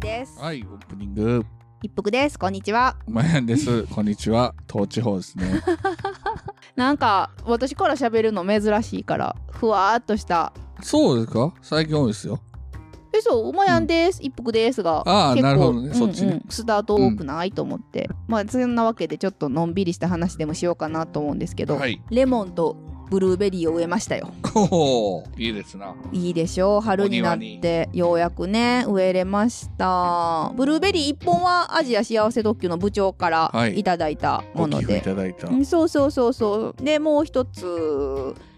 です。はい、オープニング。一服です。こんにちは。まやんです。こんにちは。東地方です ね。なんか私から喋るの珍しいからふわーっとした。そうですか最近多いですよ。えそうおもやんです、一服ですがああ結構なるほどねうんうんそっちねスタート多くない、と思ってまあそんなわけでちょっとのんびりした話でもしようかなと思うんですけど、はい。レモンとブルーベリーを植えましたよおお、いいですな。いいでしょう春になってようやくね植えれましたブルーベリー1本はアジア幸せ特急の部長からはいいただいたもごの寄で、付いただいた。うんそうそうそうそうでもう一つ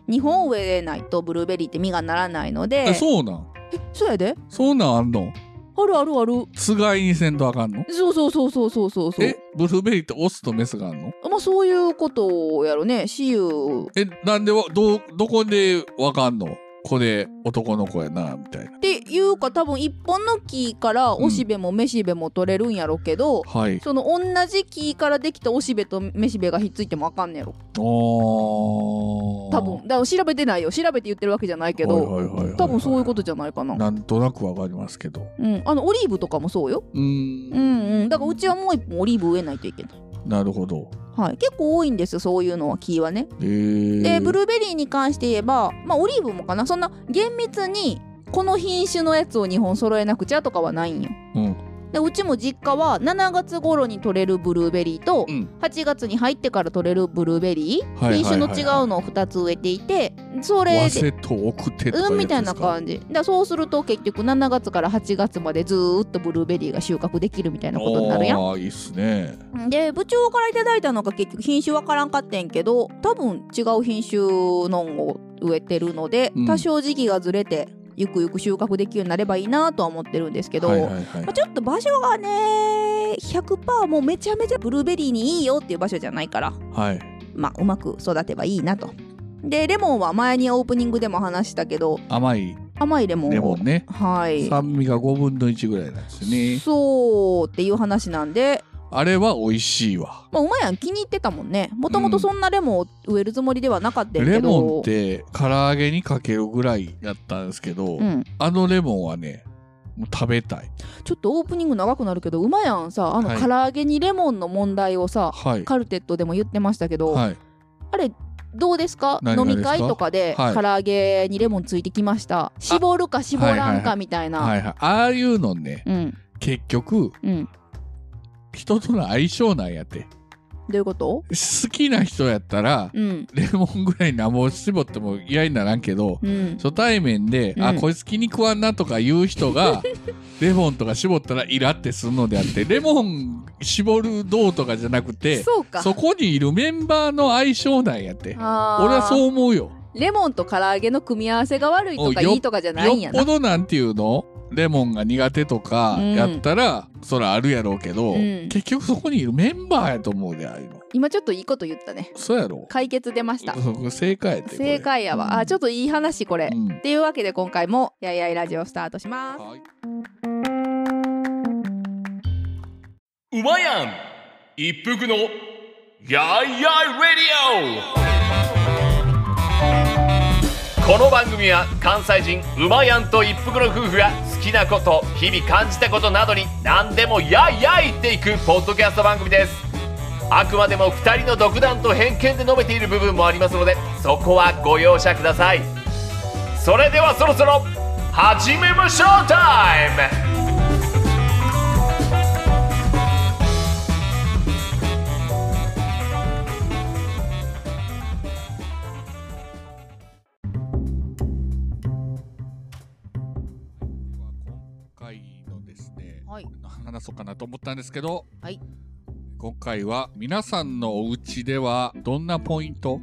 2本植えないとブルーベリーって実がならないのでえ、そうなん。そうやでそうなんあんの。あるあるあるつがいにせんとあかんの。そうそうそうそうそうそうそうえ、ブルーベリーってオスとメスがあんの。まあそういうことをやろね雌雄え、なんでわ、どう、どこでわかんの。これ男の子やなみたいなっ。ていうか多分一本の木からおしべもめしべも取れるんやろうけど、はい。その同じ木からできたおしべとめしべがひっついてもあかんねやろおお。多分。だから調べてないよ調べて言ってるわけじゃないけど、はいはいはいはいはい多分そういうことじゃないかな、なんとなくわかりますけど。うん、あのオリーブとかもそうようー。うんんうんだからうちはもう一本オリーブ植えないといけない、なるほど。はい、結構多いんですよそういうのは木はねえー、でブルーベリーに関して言えばまあオリーブもかなそんな厳密にこの品種のやつを2本揃えなくちゃとかはないんようん。でうちも実家は7月頃に取れるブルーベリーとうん。 8月に入ってから取れるブルーベリーはいはい品はい種はの違うのいを2つ植えていてそ和れでセと奥手とかうんうみたいなじ感じだからそうすると結局7月から8月までずーっとブルーベリーが収穫できるみたいなことになるやんああいいっすねで部長からいただいたのが結局品種わからんかってんけど多分違う品種のを植えてるので、うん多少時期がずれてゆくゆく収穫できるようになればいいなとは思ってるんですけど、はいはいはいまあ、ちょっと場所がね100%もうめちゃめちゃブルーベリーにいいよっていう場所じゃないから、はいまあ、うまく育てばいいなと。でレモンは前にオープニングでも話したけど甘い甘いレモンをレモンねはい酸味が5分の1ぐらいなんですねそうっていう話なんであれは美味しいわまあ、うまいやん気に入ってたもんねもともとそんなレモンを植えるつもりではなかったんやけどレモンって唐揚げにかけるぐらいだったんですけど、うん、あのレモンはねもう食べたいちょっとオープニング長くなるけどうまやんさあのはい唐揚げにレモンの問題をさ、はいカルテットでも言ってましたけど、はいあれどうですか何が飲ですみか会とかで、はい唐揚げにレモンついてきました絞るか絞らはいんはいはかみたいな、はいはいああいうのねうん結局うん人との相性なんやってどういうこと好きな人やったらうんレモンぐらい何も絞っても嫌にならんけどうん初対面で、うんあこいつ気に食わんなとか言う 人がレモンとか絞ったらイラってするのであってレモン絞るどうとかじゃなくてそそうかこにいるメンバーの相性なんやってあー俺はそう思うよレモンと唐揚げの組み合わせが悪いとかおよいいとかじゃないんやよっなぽどなんていうのレモンが苦手とかうんやったら、そらあるやろうけど、うん結局そこにいるメンバーやと思うでああいうの今ちょっといいこと言ったねそうやろ解決出ましたそう正解やってこれ正解やわ、あちょっといい話これ、うんっていうわけで今回も「やいやいラジオ」スタートしますはいうまやん一服のやいやいレディオこの番組は関西人うまやんと一服の夫婦が好きなこと日々感じたことなどに何でもやいやい言っていくポッドキャスト番組ですあくまでも2人の独断と偏見で述べている部分もありますのでそこはご容赦くださいそれではそろそろ始めましょうタイム今回のですね、はい話そうかなと思ったんですけど、はい今回は皆さんのお家ではどんなポイント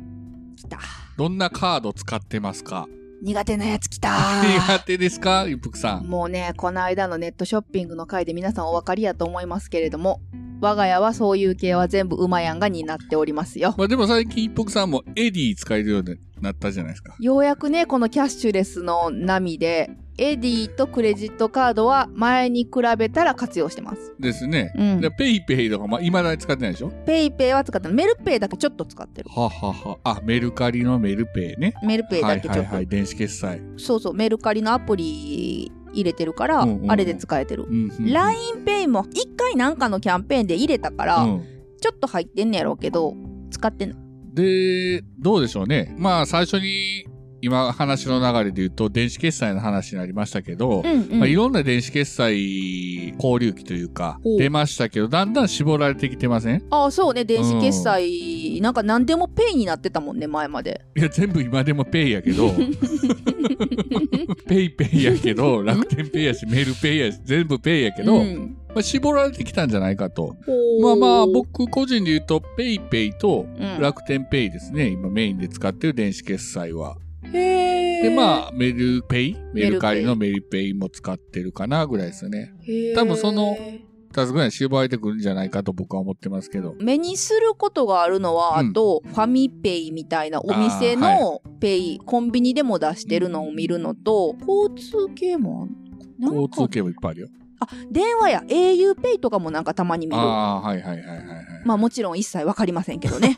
来たどんなカード使ってますか苦手なやつ来た 苦手ですか一服さんもうねこの間のネットショッピングの回で皆さんお分かりやと思いますけれども我が家はそういう系は全部うまやんが担っておりますよまあでも最近一服さんもエディ使えるようになったじゃないですかようやくねこのキャッシュレスの波でエディとクレジットカードは前に比べたら活用してますですね、うんでペイペイとかまあ未だに使ってないでしょペイペイは使ってないメルペイだけちょっと使ってるはははあメルカリのメルペイねメルペイだけちょっと、はいはいはい電子決済そうそうメルカリのアプリ入れてるから、うんうんうんあれで使えてるうんうん LINEPay も1回なんかのキャンペーンで入れたから、うんちょっと入ってんねやろうけど使ってないで、どうでしょうね。まあ、最初に、今話の流れで言うと、電子決済の話になりましたけど、うんうんまあ、いろんな電子決済交流機というかお、出ましたけど、だんだん絞られてきてませんああそうね電子決済、なんか何でもペイになってたもんね前までいや、全部今でもペイや けど、ペイペイや けど、楽天ペイやし、メールペイやし、全部ペイやけど、うんまあ、絞られてきたんじゃないかと。ほうまあまあ、僕個人で言うと、ペイペイとうん楽天ペイですね。今メインで使ってる電子決済は。へえで、まあ、メルペイメルペイメルカリのメルペイも使ってるかな、ぐらいですね。へー多分その2つぐらい絞られてくるんじゃないかと僕は思ってますけど。目にすることがあるのは、うんあとファミペイみたいなお店のペイ、コンビニでも出してるのを見るのと交通系もあんなん交か通系もいっぱいあるよ。あ電話や au ペイとかもなんかたまに見るああ、はいはいはいはいはい。まあもちろん一切わかりませんけど ね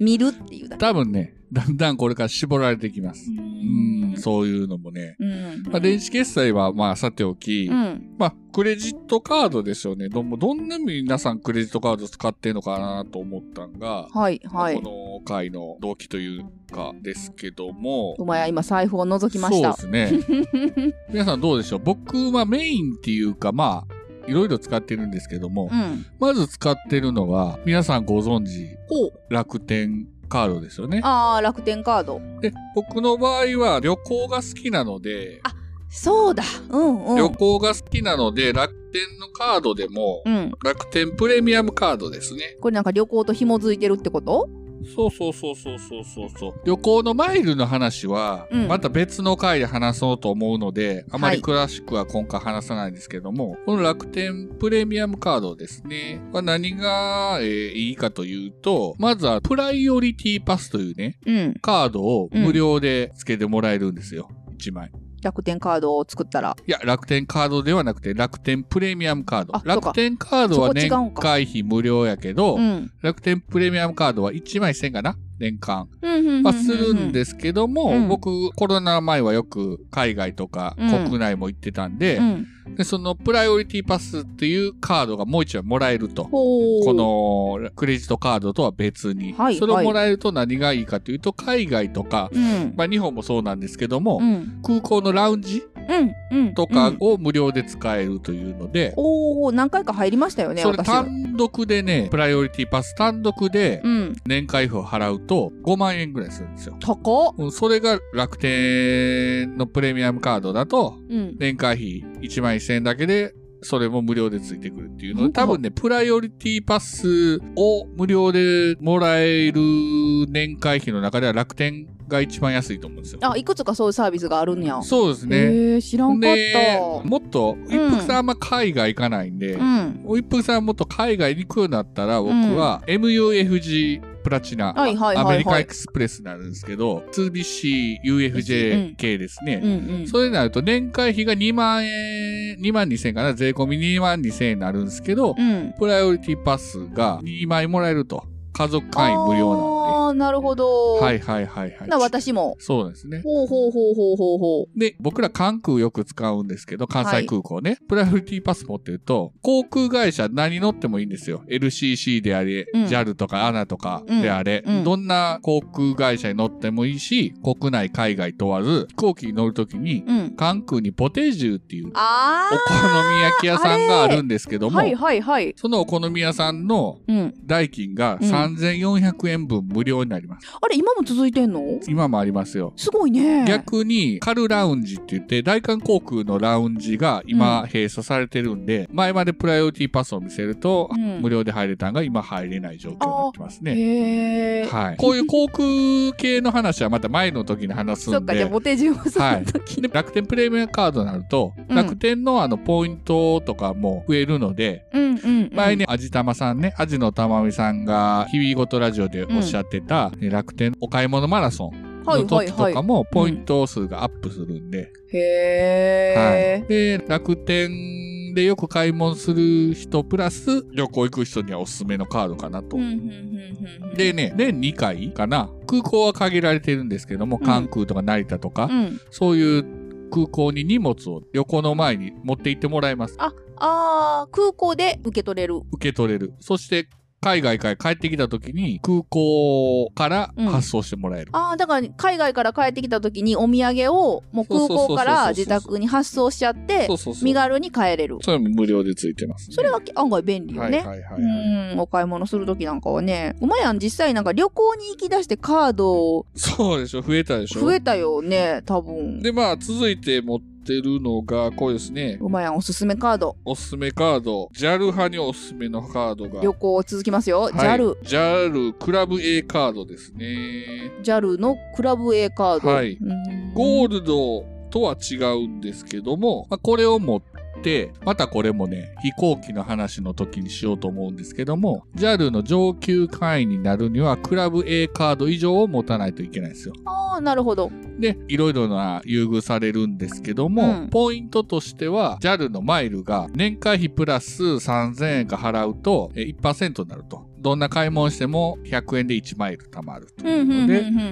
見るっていうだけ多分ね、だんだんこれから絞られてきます。ううんん、そういうのもね。うんまあ、電子決済はまあさておき、うんまあクレジットカードですよね。どうもどんな皆さんクレジットカード使ってんのかなと思ったんが、はいはいこの回の動機というかですけどもお、前は今財布を覗きましそうたですね。 皆さんどうでしょう僕はメインっていうかまあいろいろ使ってるんですけども、うんまず使ってるのは皆さんご存知ほう楽天カードですよね。あー楽天カードで僕の場合は旅行が好きなのであそうだうんうん旅行が好きなので楽天のカードでもうん楽天プレミアムカードですねこれなんか旅行と紐づいてるってことそうそうそうそうそうそうそう旅行のマイルの話はうんまた別の回で話そうと思うので、あまはりい詳しくは今回話さないんですけどもこの楽天プレミアムカードですねは何が、えーいいかというとまずはプライオリティパスというねうんカードを無料で付けてもらえるんですよ、1枚楽天カードを作ったらいや、楽天カードではなくて、楽天プレミアムカードあ。そうか楽天カードは年そこ違うんか会費無料やけどう、ん楽天プレミアムカードは1枚1000かな年間。まはするんですけどうんうんうも、ん僕、コロナ前はよく海外とかうん国内も行ってたんでう、んでそのプライオリティパスっていうカードがもう1枚もらえると。ほうこのクレジットカードとは別にはい。それをもらえると何がいいかというと、海外とか、うんまあ日本もそうなんですけどうも、ん空港のラウンジうんうんとかを無料で使えるというので、おお何回か入りましたよねそれ私単独でね、プライオリティパス単独でうん年会費を払うと5万円ぐらいするんですよ。高っうんそれが楽天のプレミアムカードだと、うん年会費1万1000円だけで、それも無料でついてくるっていうの本で、当多分ね、プライオリティパスを無料でもらえる年会費の中では楽天が一番安いと思うんですよ。あいくつかそういうサービスがあるんやそうですね。えー知らんかっでたもっと一服さんあんま海外行かないんで、うん一服さんもっと海外に行くようになったら僕は MUFG プラチナ、はいはいはいはいアメリカエクスプレスになるんですけど 2BCUFJ 系ですね、うんうんそれになると年会費が2万円2万2000円かな税込み2万2000円になるんですけど、うんプライオリティパスが2枚もらえると家族会員無料ああーなるほどなんではいはいはいはいな私もそうなんですねほうほうほうほうほうほで、僕ら関空よく使うんですけど、関西空港ね。プライオリティパス持ってると、航空会社何乗ってもいいんですよ。LCC であれ、うん JAL とか ANA とかであれ、うんうんどんな航空会社に乗ってもいいし、国内、海外問わず、飛行機に乗るときに、ううん関空にポテジューっていうおあ好み焼き屋さんがあるんですけあども、はいはいはいそのお好み屋さんのうん代金がうん3400円分無料になります。あれ今も続いてんの今もありますよ。すごいね逆にカルラウンジって言って大韓航空のラウンジが今閉鎖されてるんで、前までプライオリティパスを見せると、うん無料で入れたんが今入れない状況になってますね。へえはい、こういう航空系の話はまた前の時に話すそっんかじでゃあ。ボテジュンさんの時で楽天プレミアムカードになると、うん楽天のあのポイントとかも増えるので、うんうんうん前にアジタマさんね、アジのたまみさんが日々ごとラジオでおっしゃってた、ね楽天お買い物マラソンはのいはい時はといかもポイント数がアップするんで、へはい、で楽天でよく買い物する人プラス旅行行く人にはおすすめのカードかなと。うんうんうんうんうんでね、年2回かな空港は限られてるんですけども、うん関空とか成田とか、うんそういう空港に荷物を横の前に持って行ってもらいます。あー空港で受け取れる受け取れる。そして、海外から帰ってきた時に空港からうん発送してもらえる。ああだから海外から帰ってきた時にお土産をもう空港から自宅に発送しちゃってそうそうそう。身軽に帰れるそれも無料でついてますね、それは案外便利よね、はいはいはい、はい。うんお買い物する時なんかはねうまやん実際なんか旅行に行き出してカードそうでしょ、増えたでしょ。増えたよね多分で、まあ、続いて持ってるのが、こうですね。うまやんおすすめカードおすすめカード。JAL 派におすすめのカードが。旅行続きますよはい JAL、 JAL クラブ A カードですね。 JAL のクラブ A カード、はいうんゴールドとは違うんですけども、まあ、これを持って、またこれもね、飛行機の話の時にしようと思うんですけども、JAL の上級会員になるには、クラブ A カード以上を持たないといけないんですよ。ああなるほどで、いろいろな優遇されるんですけども、うんポイントとしては、JAL のマイルが年会費プラス3000円が払うと、え1%になると。どんな買い物しても100円で1マイル貯まると。うんうんうんうん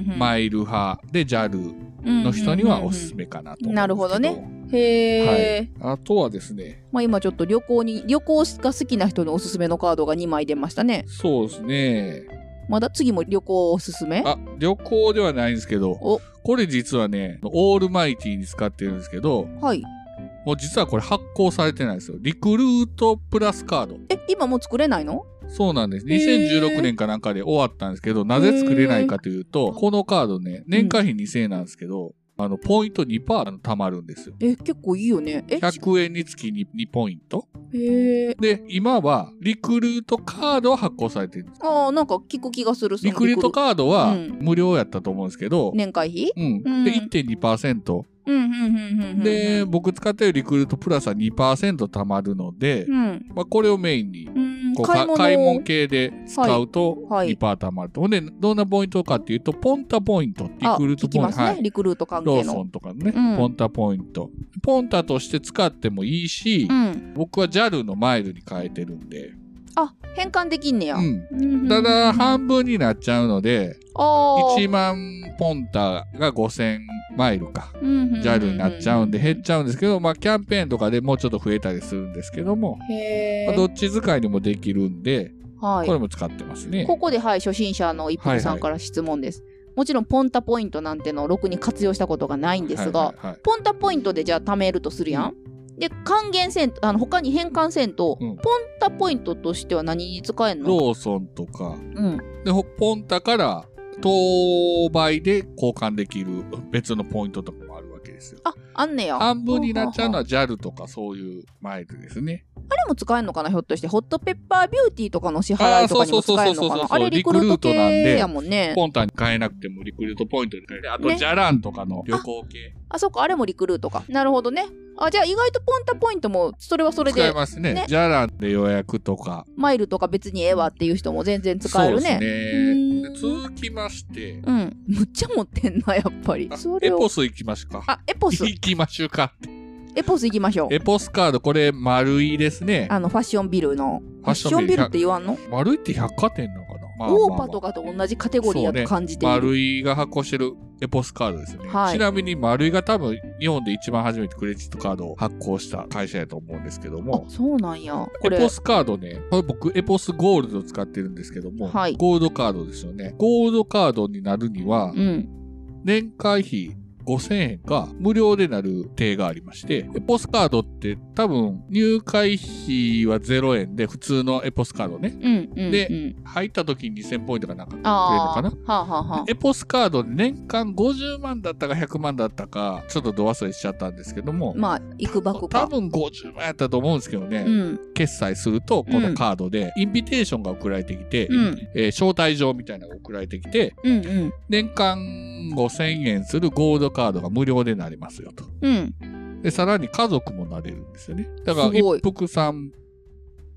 うんマイル派で JAL の人にはおすすめかなと思うんですけど、なるほどねへえ、あとはですね、まあ、今ちょっと旅行に旅行が好きな人におすすめのカードが2枚出ましたねそうですね。まだ次も旅行おすすめあ、旅行ではないんですけどお、これ実はね、オールマイティに使ってるんですけど、はいもう実はこれ発行されてないんですよ。リクルートプラスカード。え今もう作れないのそうなんです。へー2016年かなんかで終わったんですけど、なぜ作れないかというへと、ーこのカードね、年会費2000円なんですけど、あの、ポイント2%貯まるんですよ。え結構いいよねえ100円につき 2, 2ポイント。へえで、今は、リクルートカードは発行されてるんです。あーなんか聞く気がするそのリクルートカードはうん無料やったと思うんですけど、年会費うん。うんで、1.2%。うんうんうんうんうんで、僕使ってるリクルートプラスは2%貯まるので、うん、まあ、これをメインに、うん、こう買いか物買い物系で使うとはいはい2%貯まると。ほんで、どんなポイントかっていうと、ポンタポイント、リあクルート聞きポイまンすト、ね、はい。リクルート関ロ係ーソのンとかのね、うんポンタポイント。ポンタとして使ってもいいし、うん僕は JAL のマイルに変えてるんで、あ変換できんねや、うん。うんうんうんただ、半分になっちゃうので、あ1万ポンタが5000マイルか。JAL になっちゃうんで減っちゃうんですけど、まあキャンペーンとかでもうちょっと増えたりするんですけども、へまあえどっち使いにもできるんで、はいこれも使ってますね。ここではい初心者の一服さはいはんいから質問です、もちろんポンタポイントなんてのをろくに活用したことがないんですが、はいはいはいポンタポイントでじゃあ貯めるとするやん、で還元せんとあの他に変換せんと、うんポンタポイントとしては何に使えんロのーソンとか、うん、で、ほポンタから当倍で交換できる別のポイントとかもあるわけですよ。ああんねや半分になっちゃうのはは JAL とかそういうマイルですね。あれも使えんのかなひょっとしてホットペッパービューティーとかの支払いとかにも使えんのかあーそうそうそうそうなそうあれリクルート系やもんねポンタに変えなくてもリクルートポイントに変えて、あとねジャランとかの旅行系あそっかあれもリクルートかなるほどねあじゃあ意外とポンタポイントもそれはそれ使えでますね。ねジャランで予約とか、マイルとか別にええわっていう人も全然使えるそうねですね。うでん続きまして、うん。むっちゃ持ってんな、やっぱりあ。そエれポを。ス行きましょうか。あ、エポス。行きましょうかって。エポス行きましょう。エポスカード、これ、丸いですね。あの、ファッションビルの。フファッションビルって100言わんの丸いって百貨店なのかな、まあまあまあオーパとかと同じカテゴリーやと感じている。丸いが発行してるエポスカードですね。はいちなみに丸いが多分日本で一番初めてクレジットカードを発行した会社やと思うんですけどあも、。そうなんや。こエれポ。スカードね、これ僕エポスゴールド使ってるんですけども、はいゴールドカードですよね。ゴールドカードになるには、うん。年会費5000円が無料でなる手がありまして、エポスカードって多分入会費は0円で普通のエポスカードね。うん。うん。でうん、入った時に2000ポイントがなんかくれるのあかあ。なはあはあはあ。エポスカードで年間50万だったか100万だったか、ちょっとど忘れしちゃったんですけども、まあ、行くばく多か。分50万やったと思うんですけどね、うん。決済すると、このカードで、インビテーションが送られてきて、うん。えー招待状みたいなのが送られてきて、うん。うん。年間5000円するゴールドカードが無料でなりますよと。うん。で、さらに家族もなれるんですよね。だから、すごい一服さん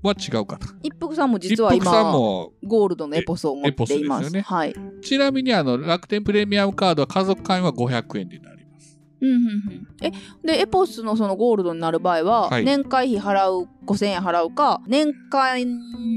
は違うかな。一服さんも一実は服さん今、も、ゴールドのエポスを持っていま。エポスですすよねはい。ちなみにあの、楽天プレミアムカードは家族会員は500円になります。うんうんうん、えでエポスのそのゴールドになる場合は、はい年会費払う5,000円払うか年間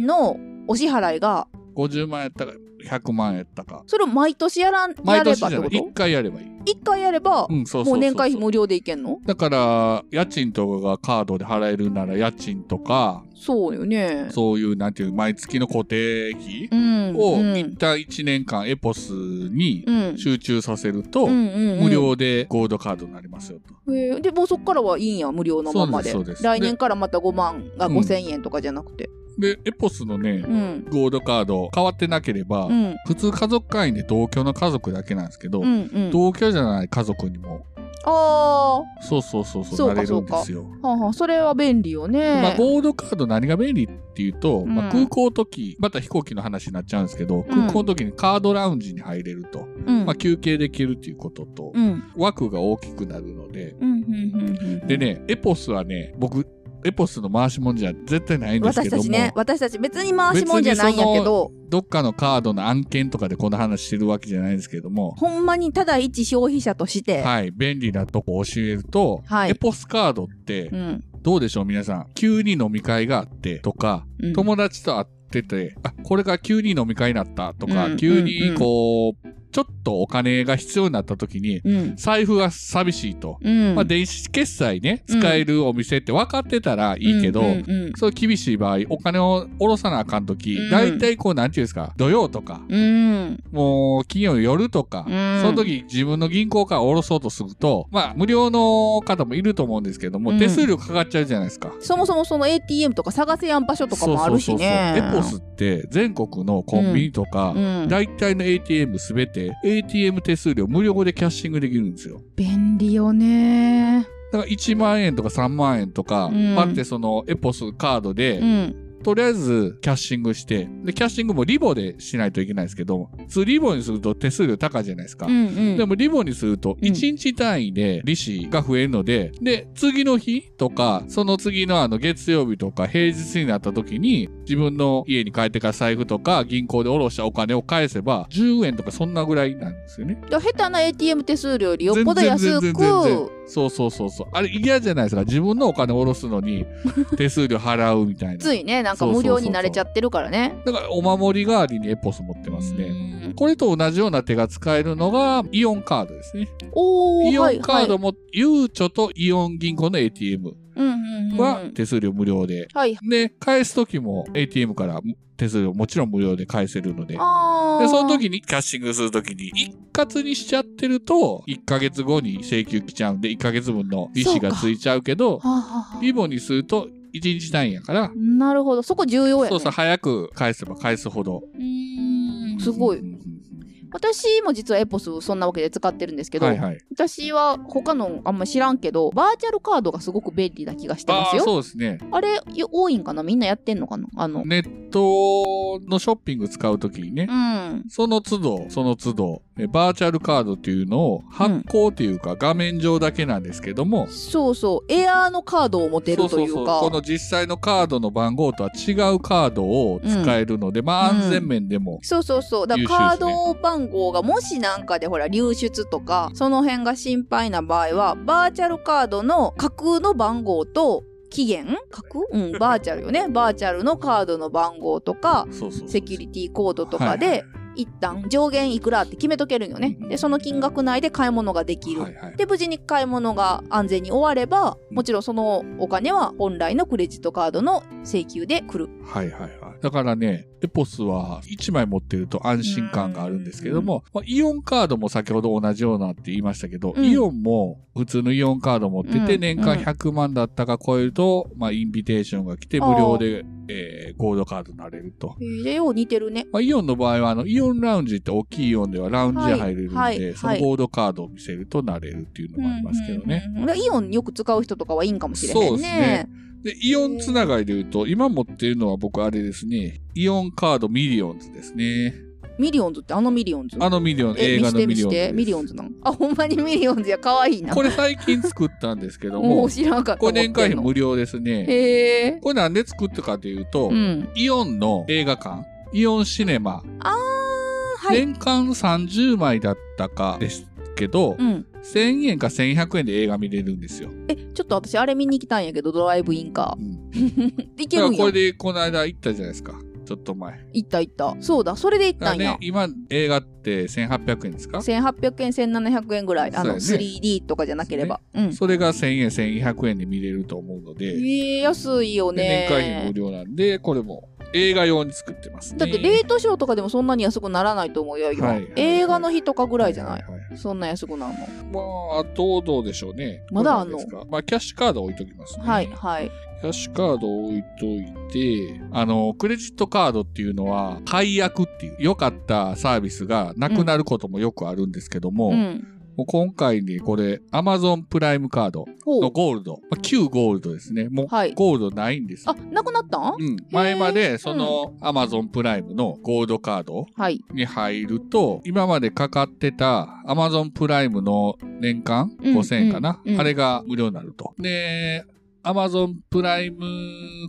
のお支払いが50万円やったら100万円やったか。それを毎年やらんや毎れ年じばゃってないこ。一と回やればいい。一回やれば、うん、そうそうそうそもうう年会費無料でいけんのだから、家賃とかがカードで払えるなら家賃とか、そうよねそういう、なんていう、毎月の固定費うんをうん一旦1年間エポスにうん集中させると、うんうんうん無料でゴールドカードになりますよと。へえでもうそこからはいいんや無料のままでそうですそうで来す年からまた5万がうん5,000円とかじゃなくてで、エポスのね、うんゴールドカード変わってなければ、うん普通家族会員で同居の家族だけなんですけど、うんうん同居じゃない家族にも、あそうそうそうそう、そうなかれるんですよ。あはあはあそれは便利よね、まあ、ゴールドカード何が便利っていうと、うんまあ、空港の時、また飛行機の話になっちゃうんですけど、空港の時にカードラウンジに入れると、うんまあ、休憩できるっていうことと、うん枠が大きくなるので、うんうんうんうんでね、エポスはね、僕、エポスの回しもんじゃ絶対ないんです私けどたも、ちね私たち別に回しもんじゃないんやけどどっかのカードの案件とかでこの話してるわけじゃないんですけども、ほんまにただ一消費者として、はい、便利なとこ教えると、はいエポスカードってう、んどうでしょう皆さん、急に飲み会があってとか、うん、友達と会ってて、あ、これが急に飲み会になったとか、うん急にこう、ちょっとお金が必要になった時に、うん財布が寂しいと。うんまあ、電子決済ね、うん使えるお店って分かってたらいいけど、うんうんそう厳しい場合、お金を下ろさなあかんときう、ん大体こう、なんていうんですか、土曜とか、うんもう金曜の夜とか、うんその時自分の銀行から下ろそうとすると、まあ、無料の方もいると思うんですけども、うん手数料かかっちゃうじゃないですか。そもそもその ATM とか探せやん場所とかもあるしねそうそうそうそうエポスって全国のコンビニとか、うん、大体の ATM すべて ATM 手数料無料でキャッシングできるんですよ。便利よねだから1万円とか3万円とか、うんパってそのエポスカードで、うんとりあえずキャッシングして、で、キャッシングもリボでしないといけないんですけど、普通リボにすると手数料高いじゃないですか。うんうんでもリボにするとうん1日単位で利子が増えるので、で、次の日とか、その次のあの月曜日とか平日になった時に、自分の家に帰ってから財布とか銀行で下ろしたお金を返せば、10円とかそんなぐらいなんですよね。だから下手な ATM 手数料よりよっぽど安全然全然全く然そうそうそうそう。あれ嫌じゃないですか。自分のお金を下ろす のに手数料払うみたいな。ついねなんか無料になれちゃってるからねだからお守り代わりにエポス持ってますうね。んこれと同じような手が使えるのがイオンカードですね。おーイオンカードはも、ゆうちょとイオン銀行のい ATM はいうんうんうんうんは手数料無料で。はいで、返す時も ATM から手数料もちろん無料で返せるので。あーで、その時にキャッシングする時に一括にしちゃってると、1ヶ月後に請求来ちゃうんで、1ヶ月分の利子がついちゃうけど、はあはあリボにすると1日単位やから、なるほどそこ重要やそうねそう、早く返せば返すほど。うーんすごういんうんうん私も実はエポスそんなわけで使ってるんですけど、はいはい。私は他のあんま知らんけどバーチャルカードがすごく便利な気がしてまあすあ、よそうですね。あれよ多いんかなみんなやってんのかなあの、ネットのショッピング使う時にねう、ん。その都度、その都度、えバーチャルカードっていうのを発行というか、画面上だけなんですけども、そうそう。エアーのカードを持てるというか。この実際のカードの番号とは違うカードを使えるので、まあうん安全面でも、そうそうそうだからカード番号がもしなんかでほら流出とかその辺が心配な場合はバーチャルカードの架空の番号と期限架空 うんバーチャルよねバーチャルのカードの番号とかそうそうそうセキュリティコードとかはいで一旦上限いくらって決めとけるんよねでその金額内で買い物ができるはいはいで無事に買い物が安全に終わればもちろんそのお金は本来のクレジットカードの請求で来るはいはいはい。だからね、エポスは1枚持ってると安心感があるんですけども、まあ、イオンカードも先ほど同じようなって言いましたけど、うんイオンも普通のイオンカード持ってて、うん年間100万だったか超えると、まあ、インビテーションが来て無料で、えーゴールドカードになれると。えーよう似てるねまあ、イオンの場合は、あの、イオンラウンジって大きいイオンではラウンジに入れるんで、はいはいそのゴールドカードを見せるとなれるっていうのもありますけどね。うんうんうん。だからイオンよく使う人とかはいいんかもしれへんね。そうですねで、イオンつながりで言うと、今持ってるのは僕あれですね、イオンカードミリオンズですね。ミリオンズってあのミリオンズあのミリオン、映画のミ見リしオンズて見して。ミでリオンズなのあ、ほんまにミリオンズや。かわいいな。す。これ最近作ったんですけどももう、知らんかった。これ年会費持っ無料ですてんのね。へえ。これなんで作ったかというと、うん。イオンの映画館、イオンシネマ、あー、はい。年間30枚だったかですけど、うん。 1000円か1100円で映画見れるんですよ。え、ちょっと私あれ見に来たんやけど、ドライブインかう。んできるだからんやこれ。でこの間行ったじゃないですか。ちょっと前。行った行ったそうだそれで行っだかたらんねや、今、映画って1800円ですか1800円1700円ぐらいあの、そうやね 3D とかじゃなければう,、んそれが1000円、1100円で見れると思うので、えー安いよで年会費もね無料なんで、これも映画用に作ってますね。だってレートショーとかでもそんなに安くならないと思うよ、今はいはい映画の日とかぐらいじゃない、はははそんな安くなるのまあ、あとどうでしょうね。まだあんどうのなんですかまあ、キャッシュカード置いときますね。はいはいキャッシュカードを置いといて、あの、クレジットカードっていうのは、解約っていう、良かったサービスがなくなることもよくあるんですけども、うんもう今回ね、これ、Amazon プライムカードほのうゴールド、まあ、旧ゴールドですね。もう、はいゴールドないんですよあなくなったんうん、前までその Amazon プライムのゴールドカードはいに入ると今までかかってた Amazon プライムの年間うん5000円かな、うんうんあれが無料になると。で Amazon プライム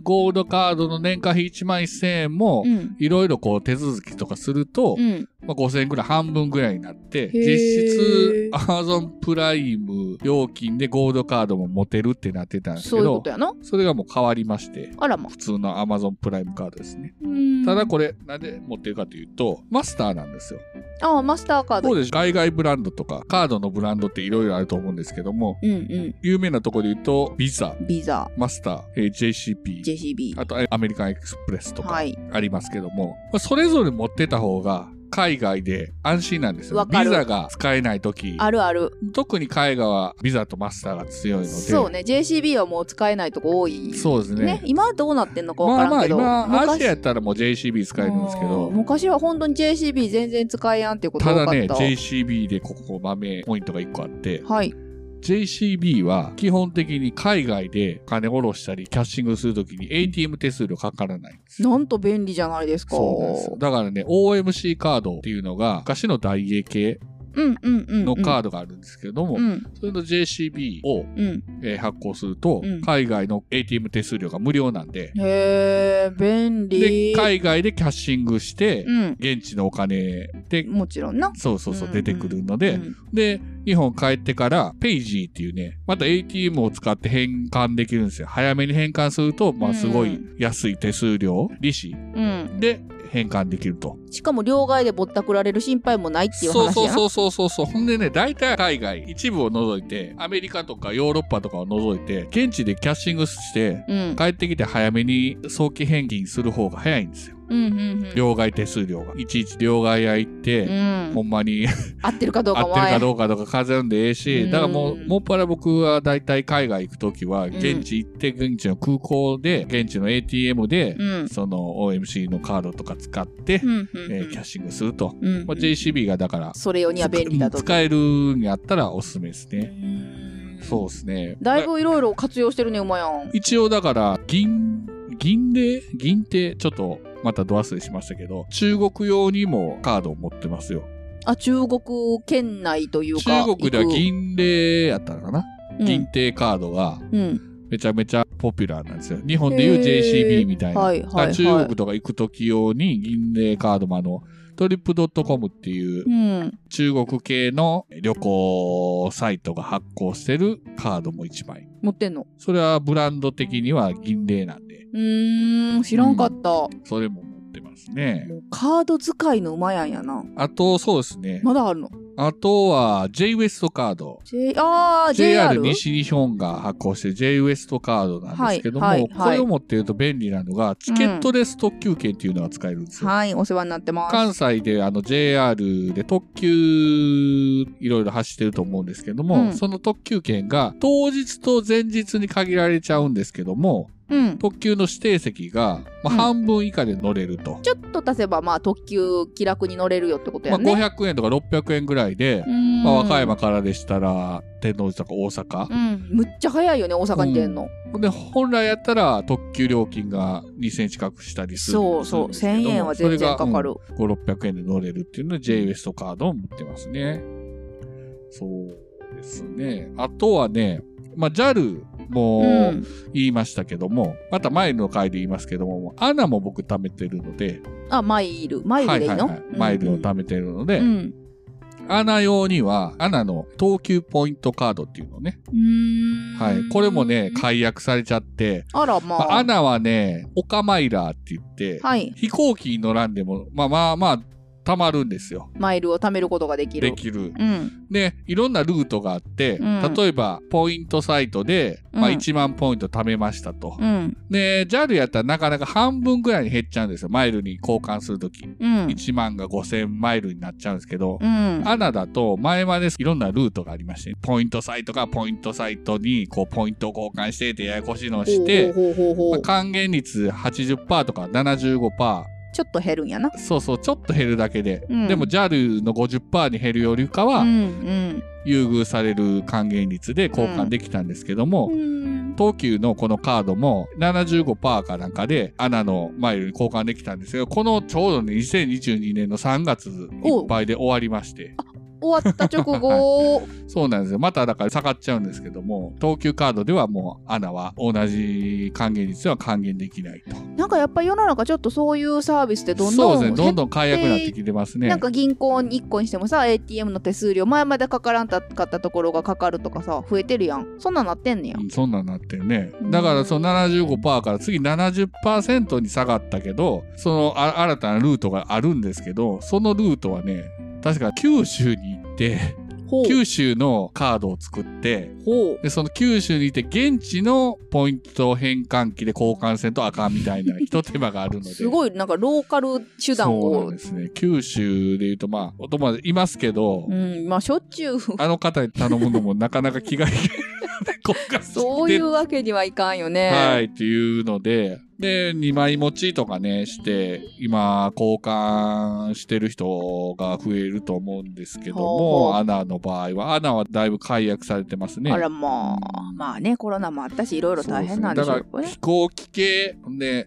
ゴールドカードの年会費1万1000円もうんいろいろこう手続きとかすると、うんまあ、5000円ぐらい半分ぐらいになってー実質 Amazon プライム料金でゴールドカードも持てるってなってたんですそうけいうこどとやなそれがもう変わりましてあらま普通の Amazon プライムカードですね。うんただこれ、なんで持ってるかというと、マスターなんですよ。あマスターカードそうです。海外ブランドとか、カードのブランドっていろいろあると思うんですけども、うんう有名なところで言うと、ビザ、んビザマスター、えー JCP、 JCB あとえーアメリカンエクスプレスとかはいありますけども、まあそれぞれ持ってた方が、海外で安心なんですよ。わビかるザが使えないとき、あるある特に海外はビザとマスターが強いので、そうね JCB はもう使えないとこ多いそうですね。ね今はどうなってんのかわまかあまらんあけど、今、アジアやっ昔たらもう JCB 使えるんですけどうん、昔は本当に JCB 全然使えやんっていうことたが多だかったね、JCB でここ豆ポイントが1個あって、はい、 JCB は基本的に海外で金下ろしたり、キャッシングするときに ATM 手数料かからないんですよ。なんと便利じゃないですかそうなんですよ。だからね、OMC カードっていうのが、昔の大英系うんうんうんのカーードがあるんですけども、うんそれの JCB を、うんえー発行すると、うん海外の ATM 手数料が無料なんで、へえ便で、利海外でキャッシングして、うん現地のお金で、もちろんなそうそうそう、うん出てくるので、うんで、日本帰ってから、ペイジーっていうね、また ATM を使って変換できるんですよ。早めに変換すると、まうあんすごい安い手数料、利子うんで変換できると。しかも両替でぼったくられる心配もないっていう話そうやそうそうそうそうそう。ほんでね、大体海外、一部を除いて、アメリカとかヨーロッパとかを除いて、現地でキャッシングして、うん帰ってきて早めに早期返金する方が早いんですよ。うんうんうん両替手数料が。いちいち両替屋行って、うんほんまに合ってるかどうか合っもてるあかえどうかとか風んでええし、うんだからもう、もっぱら僕は大体海外行くときは、ん現地行って、現地の空港で、現地の ATM で、うんその OMC のカードとか使って、うんうんえーキャッシングすると。うんまあ、JCB がだから、それ用には便利だと使使えるんやったらおすすめですね。うんそうですね。だいぶいろいろ活用してるねうまやん一応だから、銀、銀令銀亭ちょっと、またド忘れしましたけど、中国用にもカードを持ってますよ。あ中国圏内というか中国では銀令やったのかな、行く銀亭カードが、うんうんめちゃめちゃポピュラーなんですよ。日本でいへうー JCB みたいな。はいはいはいだから中国とか行くとき用に銀霊カードもあの、トリップドットコムっていううん中国系の旅行サイトが発行してるカードも1枚。持ってんのそれはブランド的には銀霊なんで、うーん知らんかった、もそれも持ってますね。うカード使いのうまやんやなあと、そうですね。まだあるの、あとは J ウエストカード。 J、あー JR, JR 西日本が発行して J ウエストカードなんですけども、はいはいはいこれを持っていると便利なのが、チケットレス特急券っていうのが使えるんですよ。はいお世話になってます関西であの JR で特急いろいろ走ってると思うんですけども、うんその特急券が当日と前日に限られちゃうんですけどもうん特急の指定席が、まあうん半分以下で乗れると、ちょっと足せばまあ特急気楽に乗れるよってことまやあ、ね、 500円とか600円ぐらいで、うんまあ、和歌山からでしたら天王寺とか大う阪、んむっちゃ早いよね大阪に出んの、で本来やったら特急料金が2000円近くしたりするそうそうするん1000ですけども円は全それ然がかかる5600円で乗れるっていうので J ウエストカードを持ってますね。そうですね。あとはね、まあ、JAL うもん言いましたけども、また前の回で言いますけども、ANA も僕貯めてるので、あマイルマイルでいいの、はいはいはいマイルを貯めてるので、うん穴用には、穴の等級ポイントカードっていうのね。うーんはい。これもね、解約されちゃって、あらままあ、あ、穴はね、オカマイラーって言って、はい飛行機に乗らんでも、まあまあまあ、溜まるんですよ。マイルを貯めることができるできる。うんで、いろんなルートがあって、うん例えば、ポイントサイトで、まあうん1万ポイント貯めましたと。うんで、JAL やったらなかなか半分ぐらいに減っちゃうんですよ。マイルに交換するとき。うん1万が5000マイルになっちゃうんですけど、うんアナだと前までいろんなルートがありまして、ポイントサイトがポイントサイトにこうポイントを交換してってややこしいのをして、ほうほうほうほうほまうあ還元率80%とか75%、ちょっと減るんやなそうそう、ちょっと減るだけで、うんでも JAL の50%に減るよりかうはん優遇される還元率で交換できたんですけども、うんうん東急のこのカードも75%かなんかでアナのマイルに交換できたんですけど、このちょうどね2022年の3月いっぱいで終わりまして、終わった直 後そうなんですよ。まただから下がっちゃうんですけども、東急カードではもうアナは同じ還元率では還元できないと。なんかやっぱり世の中ちょっとそういうサービスってどんそうどでんすね、どん減っどん解約になってきてますね。なんか銀行に1個にしてもさ ATM の手数料前までかからんかったところがかかるとかさ増えてるやんそんなんなってんねやうんそんなんなってるね。だからその75%から次70%に下がったけど、そのあ新たなルートがあるんですけど、そのルートはね、確か九州に行って、ほう九州のカードを作って、ほうで、その九州にいて現地のポイント変換機で交換せんとあかんみたいな一手間があるので。 すごいなんかローカル手段そうなんをですね。九州で言うとまあ、お友達いますけど、うんまあしょっちゅ うあの方に頼むのもなかなか気が引 けない。交換してそういうわけにはいかんよね、はい、っていうので、で、2枚持ちとかね、して、今、交換してる人が増えると思うんですけどほうほうも、アナの場合は、アナはだいぶ解約されてますね。あらまあまあねコロナもあったしいろいろ大変なんでしょそううけすねどだから、ね飛行機系、ね、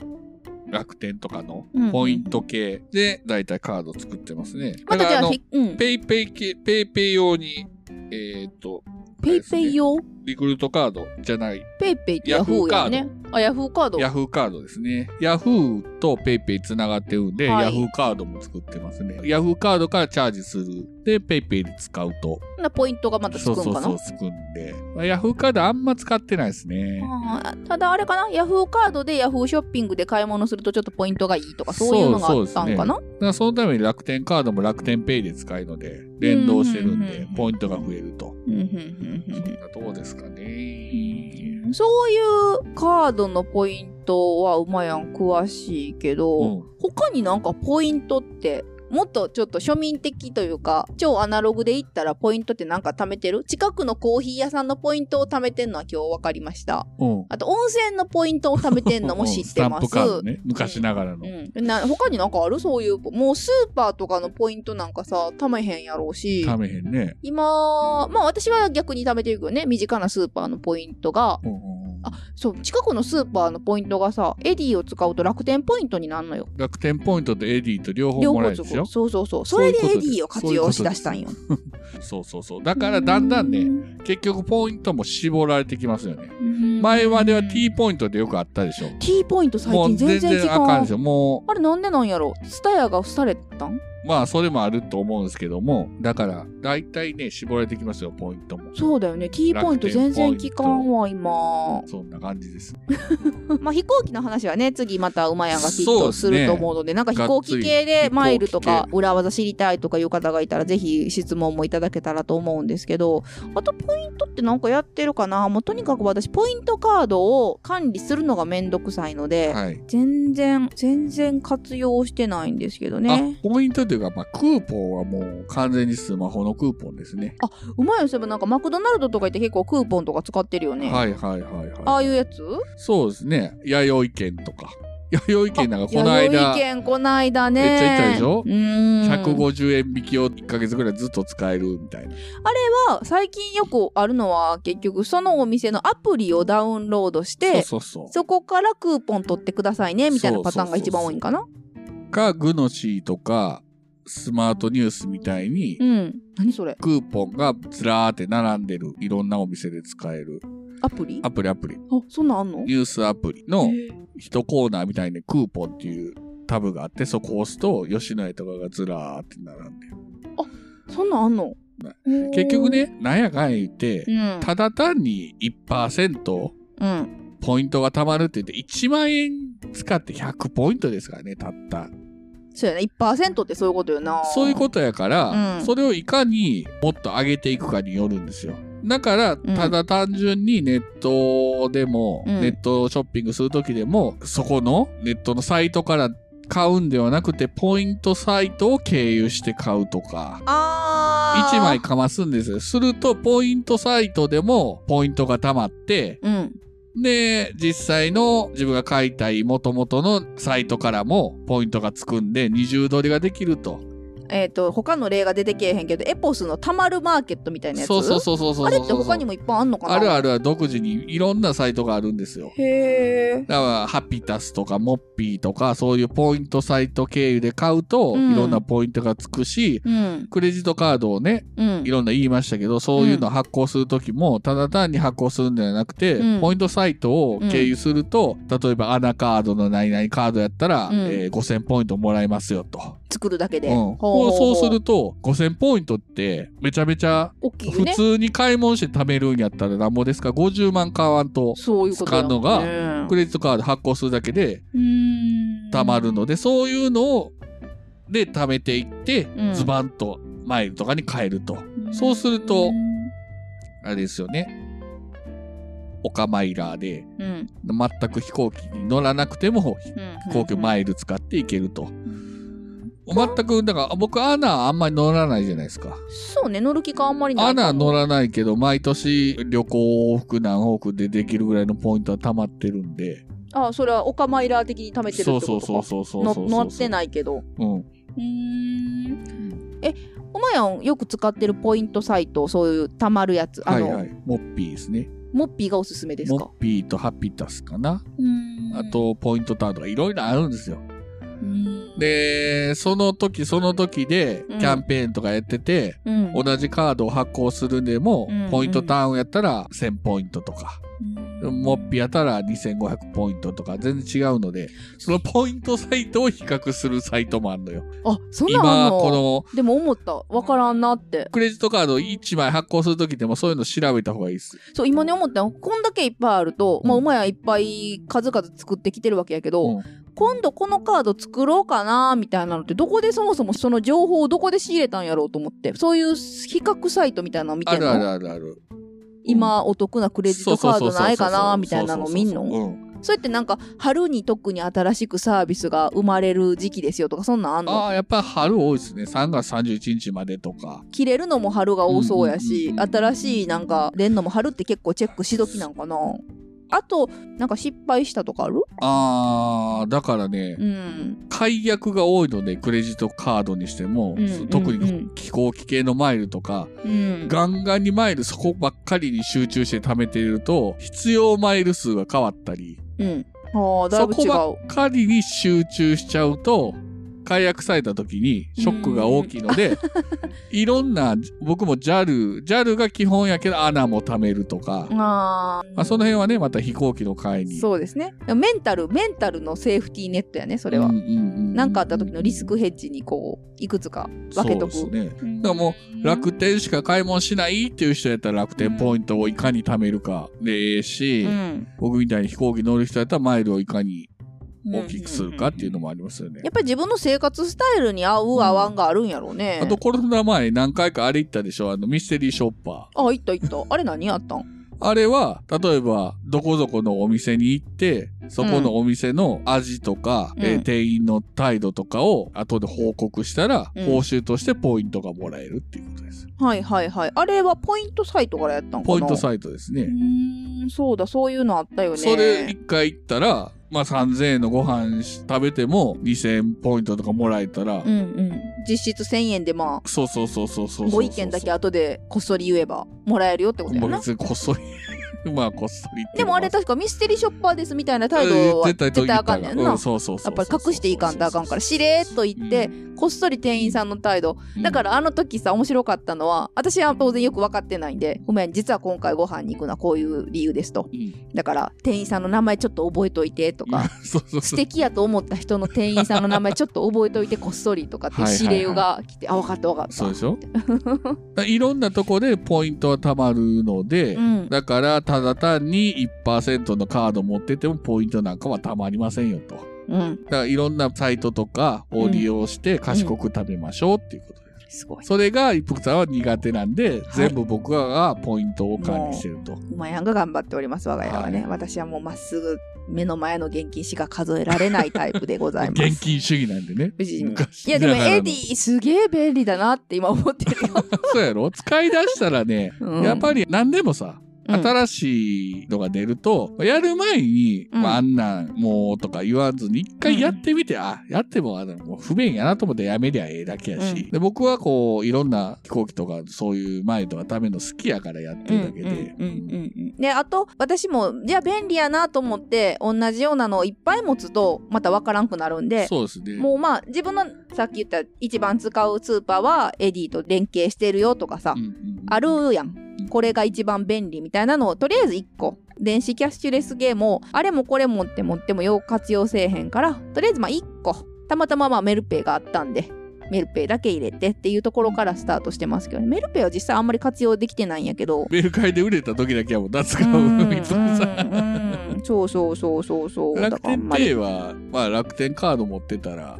楽天とかのうんポイント系で、だいたいカード作ってますね。まただかじゃらああのひ、うん、ペペイペイ系、ペイペイ用に、えっ、と、イペイ用リクルートカードじゃない、ペイペイってヤフーやんヤねあヤフーカードヤフーカードですね。ヤフーとペイペイつながってるんで、はいヤフーカードも作ってますね。ヤフーカードからチャージする。で、ペイペイで使うと。なポイントがまたつくそんうかなそうそう、つくんで。まあヤフーカードあんま使ってないですね。あーただあれかなヤフーカードでヤフーショッピングで買い物するとちょっとポイントがいいとかそういうのがあったんかなだからそのために楽天カードも楽天ペイで使えるので、連動してるんうんうんでうん、ポイントが増えると。うんうんうんそうんんなとこですかね。うんそういうカードのポイントはうまやん詳しいけど、うん他になんかポイントってもっとちょっと庶民的というか超アナログで言ったらポイントってなんか貯めてる近くのコーヒー屋さんのポイントを貯めてんのは今日分かりましたうん。あと温泉のポイントを貯めてんのも知っ スてタンまプすカードね。昔ながらの。うん、な他になんかあるそういうもうスーパーとかのポイントなんかさ貯めへんやろうしためへんね。今まあ私は逆に貯めてるけどね身近なスーパーのポイントがうんうんうんあそう近くのスーパーのポイントがさエディを使うと楽天ポイントになるのよ楽天ポイントとエディと両方両もらえ方つるでくしょそうそうそうそそういれうでことエですディを活用しだしたんよそうそうそう。だからだんだんね、結局ポイントも絞られてきますよね。前までは T T ポイントでよくあったでしょ。 T ポイント最も近う全然聞あかかんんですよ。もあれなんでなんやろツタヤがされたんう、まあそれもあると思うんですけども、だから大体ね、絞られてきますよ、ポイントも。そうだよね T ポイント全然聞かんわ今そんな感じです。 まあ飛行機の話はね次また馬やんがきっそうとですすねると思うのでなんか飛行機系がっつでりマイルとか裏技知りたいとかいう方がいたらぜひ質問もいただけたらと思うんですけどあとポイントってなんかやってるかなもうとにかく私ポイントカードを管理するのがめんどくさいので、はい。全然全然活用してないんですけどあね、ポイントというか、まあクーポンはもう完全にスマホのクーポンですね。うまいよそういえばなんかマクドナルドとか行って結構クーポンとか使ってるよね、はいはいはいあはあい。いうやつそうですね。弥生県とか。弥生県なんかこの弥間生、県こないだねめっちゃ行ったでしょうーん150円引きを1ヶ月ぐらいずっと使えるみたいな。まあ最近よくあるのは結局そのお店のアプリをダウンロードしてそそうそうそう。こからクーポン取ってくださいねみたいなパターンが一番多いんかなか、グノシーとか、スマートニュースみたいに、うん何それクーポンがずらーって並んでる。いろんなお店で使える。アプリあアプリアプリ。そんなんあんのニュースアプリの一コーナーみたいにクーポンっていうタブがあって、そこを押すと、吉野家とかがずらーって並んでる。そんなんあんの結局、ね、なんやかん言ってう、ん、ただ単に1%うん、ポイントが貯まるって言って、1万円使って100ポイントですからね、たった。そうやね1%ってそういうことよなそういうことやから、うんそれをいかにもっと上げていくかによるんですよ。だから、ただ単純にネットでも、うんネットショッピングするときでも、そこのネットのサイトから買うんではなくて、ポイントサイトを経由して買うとか、あー1枚かますんですよ。すると、ポイントサイトでもポイントが貯まって、うんで、実際の自分が買いたい元々のサイトからもポイントがつくんで、二重取りができると。えっ、と他の例が出てけえへんけどエポスのたまるマーケットみたいなやつそうそうそうそうそうそうそう。あれって他にもいっぱいあんのかなあるあるある独自にいろんなサイトがあるんですよ。へえだから、ハピタスとかモッピーとか、そういうポイントサイト経由で買うと、うんいろんなポイントがつくし、うんクレジットカードをね、うんいろんな言いましたけど、そういうの発行するときも、ただ単に発行するんじゃなくて、うんポイントサイトを経由すると、例えばアナカードの何々カードやったら、うんえー5000ポイントもらえますよと。作るだけで、うんほほそうすほると、5000ポイントって、めちゃめちゃ大きい普ね通に買い物して貯めるんやったらなんぼですか50万買わんとそういうことだ使うのがうんクレジットカード発行するだけでうーん貯まるので、そういうのをで貯めていって、うんズバンとマイルとかに変えるとそうするとあれですよねオカマイラーでうんうん全く飛行機に乗らなくてもうん飛行機をマイル使って行けると、全くだから僕アナあんまり乗らないじゃないですかそうね乗る気があんまりないアかもナ乗らないけど、毎年旅行往復何往復でできるぐらいのポイントは溜まってるんで。あそれはオカマイラー的に貯めてるってそこうとかそうそうそうそうそうのそう。乗ってないけどうん。うーんえおまやんよく使ってるポイントサイトそういうたまるやつあはいの、はい。モッピーですね。モッピーがおすすめですモかッピーとハピタスかな。うーんあと、ポイントターンとかいろいろあるんですよ。うーんで、その時その時でキうんャンペーンとかやってて、うん同じカードを発行するんでも、うんポイントターンやったら1000ポイントとか、モッピーやったら2500ポイントとか、全然違うので、そのポイントサイトを比較するサイトもあるのよ。あそんなんあ今んのこのでも思ったわからんなってクレジットカード1枚発行するときでもそういうの調べた方がいいです。そう今ね思ったのこんだけいっぱいあると、まあ、うおんまやんいっぱい数々作ってきてるわけやけど、うん今度このカード作ろうかなみたいなのってどこでそもそもその情報をどこで仕入れたんやろうと思ってそういう比較サイトみたいなの見てあんのるあるあるある。今お得なクレジットカードないかなみたいなの見んそうそうのそうそううんそうやってなんか春に特に新しくサービスが生まれる時期ですよとかそんなんあんあのあ、やっぱ春多いですね。3月31日までとか。切れるのも春が多そうやし、うんうんうんうん新しいなんか出んのも春って結構チェックしどきなんかなあとなんか失敗したとかあるああ、だからね、うん解約が多いので、クレジットカードにしても、うんうん特うんに飛行機系のマイルとか、うんガンガンにマイルそこばっかりに集中して貯めていると、必要マイル数が変わったり、うんああだいそぶこ違ばうっかりに集中しちゃうと、解約された時にショックが大きいので、いろんな、僕も JAL、JAL が基本やけど、穴も貯めるとか、あーまあ、その辺はね、また飛行機の会に。そうですねでもメンタルメンタルのセーフティーネットやねそれはうんうんうんうん何かあった時のリスクヘッジにこういくつか分けとくそうですね。だだからもう楽天しか買い物しないっていう人やったら楽天ポイントをいかに貯めるかでええし、うん僕みたいに飛行機乗る人やったらマイルをいかにうん大きくするかっていうのもありますよね。やっぱり自分の生活スタイルに合う合わんがあるんやろうね。あとコロナ前何回かあれ行ったでしょあのミステリーショッパあ、いったいった。あれ何やったんー。あれは、例えば、どこぞこのお店に行って、そこのお店の味とか、うんえー店員の態度とかを後で報告したら、うん報酬としてポイントがもらえるっていうことです。はいはいはい。あれはポイントサイトからやったんかなポイントイサイトですトうね。ーん、そうだ、そういうのあったよね。それ一回行ったら、まあ3000円のご飯し食べても2000ポイントとかもらえたら、うんうん。実質1000円でまあ、そうそうそうそうそうそうそう。ご意見だけ後でこっそり言えばもらえるよってことやまあな。別にこっそり、 まあこっそりっていうでのもはあれ確かミステリーショッパーですみたいな態度は絶対絶対あかんねんな。うんそうそうそやっぱうり隠していかんとあかんからしれーっと言って、こっそり店員さんの態度、うんだからあの時さ面白かっったのは私は当然よく分かってないんでごめん実は今回ご飯に行くのはこういう理由ですとうんだから店員さんの名前ちょっと覚えといてとかそうそう素そう。敵やと思った人の店員さんの名前ちょっと覚えといてこっそりとかっていう指令が来て、あ分かった分かったそうで しょだからいろんなとこでポイントはたまるので、うんだからただ単に1%のカード持っててもポイントなんかはたまりませんよと。うんだからいろんなサイトとかを利用して賢く食べましょうっていうことです。すごいそれが一服さんは苦手なんで、全部僕らがポイントを管理してると。馬やんが頑張っております我が家はね、はい私はもうまっすぐ目の前の現金しか数えられないタイプでございます現金主義なんでね。 無事に昔いやでもながらのエディすげえ便利だなって今思ってる よ、そうやろ使い出したらね、うんやっぱり何でもさ、うん新しいのが出ると、やる前に、うんまあ、あんなんもうとか言わずに、一回やってみて、あ、やってもあのもう不便やなと思ってやめりゃええだけやし、うんで僕はこう、いろんな飛行機とかそういう前とかための好きやからやってるだけうんうんうんで、うんうんであと私もじゃあ便利やなと思って同じようなのをいっぱい持つとまた分からんくなるんでそうですね。もうまあ自分のさっき言った一番使うスーパーはエディと連携してるよとかさ、うんうんあるやんこれが一番便利みたいなのをとりあえず1個電子キャッシュレスゲームをあれもこれもって持ってもよう活用せえへんからとりあえずまあ1個たまたままあメルペイがあったんでメルペイだけ入れてっていうところからスタートしてますけどねメルペイは実際あんまり活用できてないんやけど メルカリで売れた時だけはもう脱うがん う一服さん。うんうんそうそうそうそうそうだ楽からあん天まペイりは、まあ楽天カード持ってたら、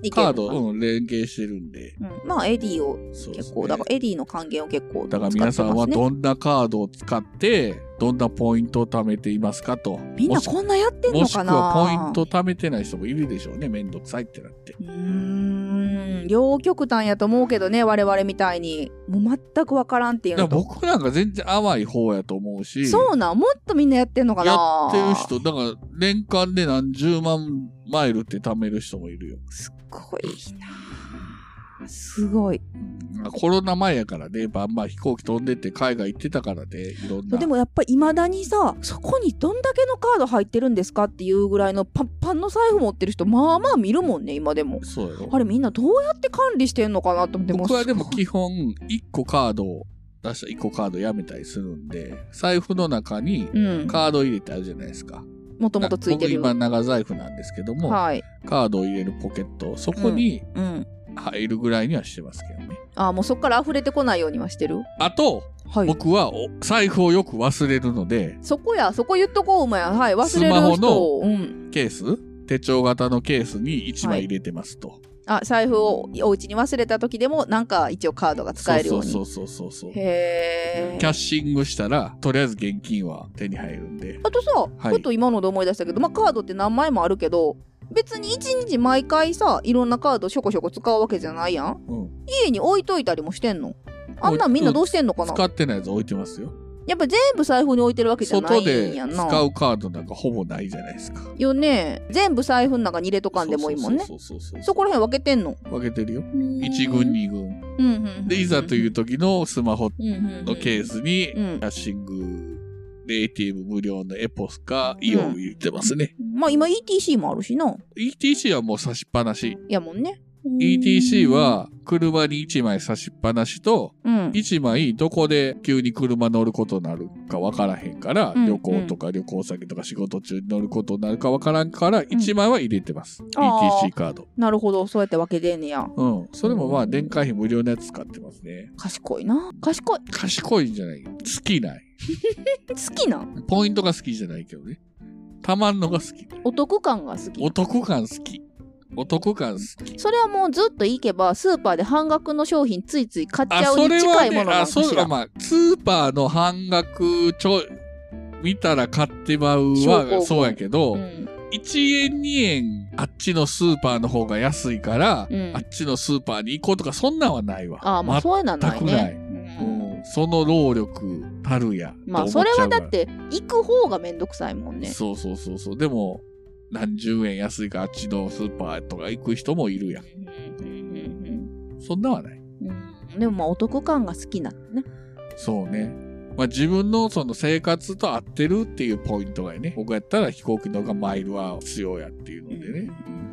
いけるカーのかなド、うん、連携してるんで。うんまあエディをそうです結ね構だからエディの還元を結構使だってかまらすね皆さんはどんなカードを使ってどんなポイントを貯めていますかとみんもなしこんなやってんものしくかはなポイント貯めてない人もいるでしょうねめんどくさいってなってうーん両極端やと思うけどね我々みたいにもう全く分からんっていうだからのと僕なんか全然甘い方やと思うしそうなんもっとみんなやってんのかなやってる人だから年間で何十万マイルって貯める人もいるよすっごいなすごいまあコロナ前やからねバンバン飛行機飛んでって海外行ってたからねいろんなでもやっぱりいまだにさそこにどんだけのカード入ってるんですかっていうぐらいのパンパンの財布持ってる人まあまあ見るもんね今でもそうやろあれみんなどうやって管理してんのかなと思って僕はでもすごい基本1個カードを出したら1個カードやめたりするんで財布の中にうんカード入れてあるじゃないですか。もともとついてる僕今長財布なんですけども、はいカードを入れるポケット、そこにうん入るぐらいにはしてますけどね。あーもうそっから溢れてこないようにはしてるあと、はい僕はお財布をよく忘れるので、そこや、そこ言っとこう、お前。はい、忘れるスマホ人のを。うん。ケース手帳型のケースに1枚入れてますと。あ、財布をお家に忘れた時でも、なんか一応カードが使えるように。そうそうそうそうそう。へキーャッシングしたら、とりあえず現金は手に入るんで。あとさ、いちょっと今ので思い出したけど、まあカードって何枚もあるけど、別に一日毎回さ、いろんなカードしょこしょこ使うわけじゃないやん。うん。家に置いといたりもしてんの。あんなんみんなどうしてんのかな使ってないやつ置いてますよ。やっぱ全部財布に置いてるわけじゃな外いでんやんな。使うカードなんかほぼないじゃないですか。よね。全部財布の中に入れとかんでもいいもんね。そうそうそうそうそこら辺分けてんの。分けてるよ。1軍、2うんうんうん軍。うんで、いざという時のスマホのケースに、キうんうんうんャッシングで ATM 無料のエポスかイオン言ってますね。まあ今 ETC もあるしな。 ETC はもう差しっぱなし。やもんね。 ETC、は車に1枚差しっぱなしと、うん、 1枚どこで急に車乗ることになるかわからへんから、うん旅行とか旅行先とか仕事中に乗ることになるかわからんから、1枚は入れてます。あー ETC カード。なるほど、そうやって分けてんねや。うん。それもまあ年会費無料のやつ使ってますね。賢いな。賢い。賢いんじゃない好きない。好きな。ポイントが好きじゃないけどね。たまんのが好き。お得感が好きお。得感好き。お得感好き。それはもうずっと行けば、スーパーで半額の商品ついつい買っちあ、ゃうそにれは近いもね、のなあ、のかそしれはら。まあ、スーパーの半額ちょい、見たら買ってまう証拠はをそうやけど、うん1円2円あっちのスーパーの方が安いから、うんあっちのスーパーに行こうとかそんなんはないわ。ああ、まあそういうのはないね。全くないうんうんその労力たるや。まあとそ思れちゃはうかだらって、行く方がめんどくさいもんね。そうそうそうそう。でも、何十円安いからあっちのスーパーとか行く人もいるやん。うんそんなはない。でもまあお得感が好きなのね。そうね。まあ自分のその生活と合ってるっていうポイントがね、僕やったら飛行機の方がマイルは必要やっていうのでね。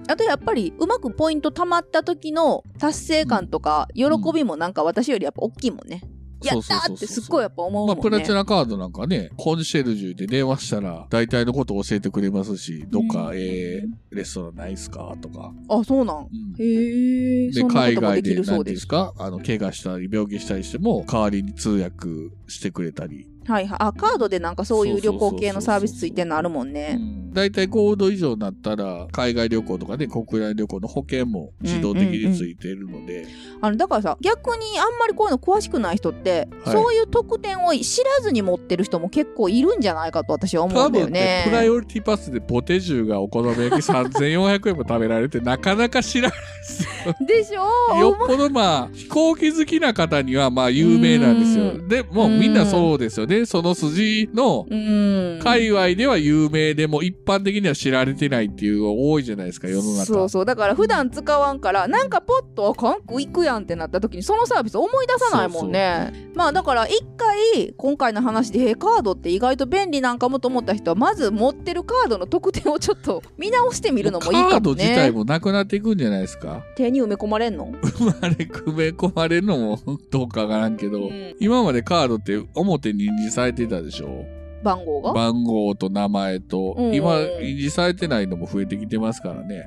あとやっぱりうまくポイント貯まった時の達成感とか喜びもなんか私よりやっぱ大きいもんね。やそっうたそうそうそうーってすっごいやっぱ思うまもあ、んね。プラチナカードなんかね、コンシェルジュで電話したら、大体のこと教えてくれますし、どっか、うんえー、レストランないっすかとか。あ、そうなん。うんへえ。で、そんなこ海とも外できで、るなそうんてでいうんですす。か、あの、怪我したり、病気したりしても、代わりに通訳してくれたり。はいはい。あ、カードでなんかそういう旅行系のサービスついてるのあるもんね。大体ゴールド以上になったら、海外旅行とかね、国内旅行の保険も自動的についているので、あのだからさ逆にあんまりこういうの詳しくない人って、はいそういう特典を知らずに持ってる人も結構いるんじゃないかと私は思う多んだよ分ねね。、プライオリティパスでポテジュがお好み焼き3400円も食べられて、なかなか知らないですよ。でしょよっぽどまあ飛行機好きな方にはまあ有名なんですうよ。でもうみんなそうですよね。その筋のうん。界隈では有名でも一般的には知られてないっていう多いじゃないですか世の中。そうそうだから普段使わんからなんかポッとあ韓国行くやんってなった時にそのサービス思い出さないもんねまあだから一回今回の話で「へえカードって意外と便利なんかも」と思った人はまず持ってるカードの特典をちょっと見直してみるのもいいカかードも自ね体もなくなっていくんじゃないですか。手に埋め込まれんの、 あれ、くめ込まれるのも どうかわからんけど、うん今までカードって表に印字されてたでしょ番号が番号と名前と、うん今、印字されてないのも増えてきてますからね。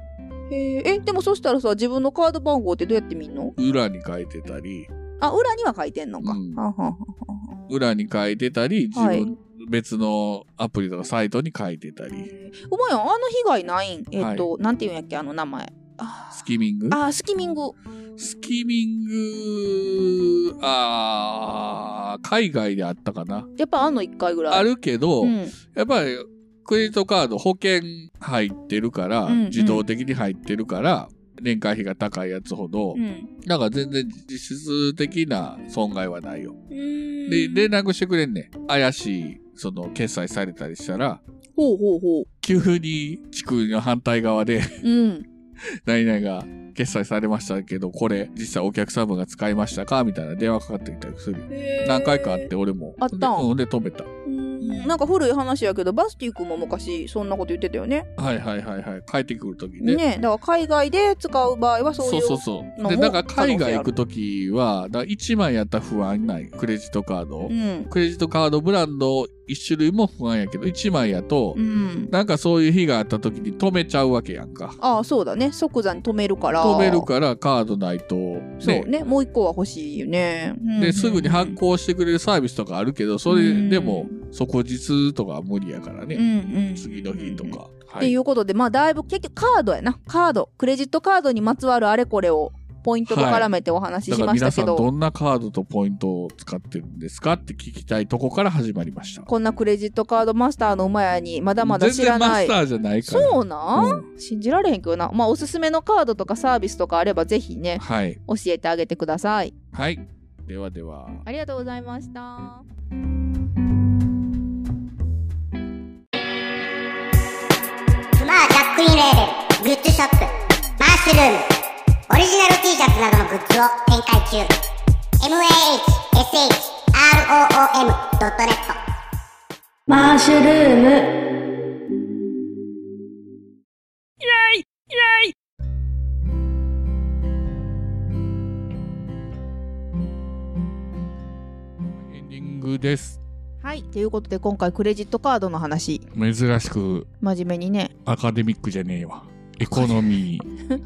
へええでもそしたらさ自分のカード番号ってどうやって見んの裏に書いてたり、あ裏には書いてんのか、うんはんはんはん裏に書いてたり、自はい分別のアプリとかサイトに書いてたり、うまいやんあの被害ないんえっ、と、なんていうんやっけあの名前あスキミングーあースキミングスキミング、あー海外であったかな。やっぱあんの1回ぐらいあるけど、うん、やっぱりクレジットカード保険入ってるから、うんうん自動的に入ってるから、年会費が高いやつほど、うんなんか全然実質的な損害はないよ。うーんで、連絡してくれんねん。怪しい、その、決済されたりしたら、ほうほうほう急に地区の反対側で、 うん何々が決済されましたけど、これ、実際お客様が使いましたかみたいな電話かかってきたりするよ。何回かあって、俺も。あったんでうんで、止めた。うーんなんか古い話やけどバスティ君も昔そんなこと言ってたよねはいはいはいはい。帰ってくるときねね。だから海外で使う場合はそうそいううそうそう。ので、もだから海外行くときは、だから1枚やったら不安ない。クレジットカーうド。んクレジットカードブランド1種類も不安やけど、1枚やと、うんなんかそういう日があったときに止めちゃうわけやんか。ああそうだね即座に止めるから止めるからカードないと、ね。そうねもう一個は欲しいよね、うんうんうで、んすぐに発行してくれるサービスとかあるけど、それでも、即日とかは無理やからうんね。うん次の日とうんうんか。はっていい。うことでまあだいぶ結局カードやなカードクレジットカードにまつわるあれこれをポイントと絡めてお話しだしかまらし皆たさけんど、どんなカードとポイントを使ってるんですかって聞きたいとこから始まりました。こんなクレジットカードマスターの馬やにまだまだ知全ら然マなスいターじゃないから。そうなん、うん信じられへんけどなまあおすすめのカードとかサービスとかあればぜひねはい。教えてあげてくださいはい。ではでは。ありがとうございましたまあ、ジャックインレーベル、グッズショップ、マッシュルーム、オリジナル T シャツなどのグッズを展開中。mahshroom.net マッシュルームエンディングです。はいということで今回クレジットカードの話珍しく真面目にねアカデミックじゃねえわ。エコノミー、